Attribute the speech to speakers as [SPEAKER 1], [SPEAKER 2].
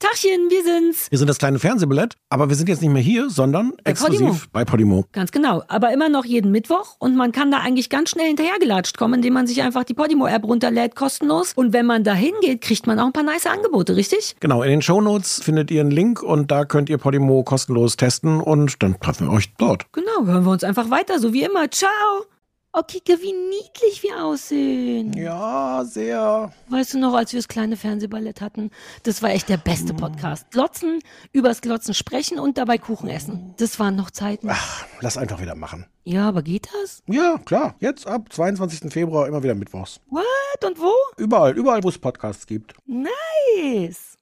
[SPEAKER 1] Tachchen, wir sind's.
[SPEAKER 2] Wir sind das kleine Fernsehballett, aber wir sind jetzt nicht mehr hier, sondern
[SPEAKER 1] Bei
[SPEAKER 2] exklusiv
[SPEAKER 1] Podimo.
[SPEAKER 2] bei Podimo.
[SPEAKER 1] Ganz genau. Aber immer noch jeden Mittwoch und man kann da eigentlich ganz schnell hinterhergelatscht kommen, indem man sich einfach die Podimo-App runterlädt, kostenlos. Und wenn man da hingeht, kriegt man auch ein paar nice Angebote, richtig?
[SPEAKER 2] Genau, in den Shownotes findet ihr einen Link und da könnt ihr Podimo kostenlos testen und dann treffen wir euch dort.
[SPEAKER 1] Genau, hören wir uns einfach weiter, so wie immer. Ciao! Oh, Kika, wie niedlich wir aussehen.
[SPEAKER 2] Ja, sehr.
[SPEAKER 1] Weißt du noch, als wir das kleine Fernsehballett hatten? Das war echt der beste Podcast. Glotzen, übers Glotzen sprechen und dabei Kuchen essen. Das waren noch Zeiten.
[SPEAKER 2] Ach, lass einfach wieder machen.
[SPEAKER 1] Ja, aber geht das?
[SPEAKER 2] Ja, klar. Jetzt ab 22. Februar immer wieder mittwochs.
[SPEAKER 1] What? Und wo?
[SPEAKER 2] Überall, überall, wo es Podcasts gibt.
[SPEAKER 1] Nice!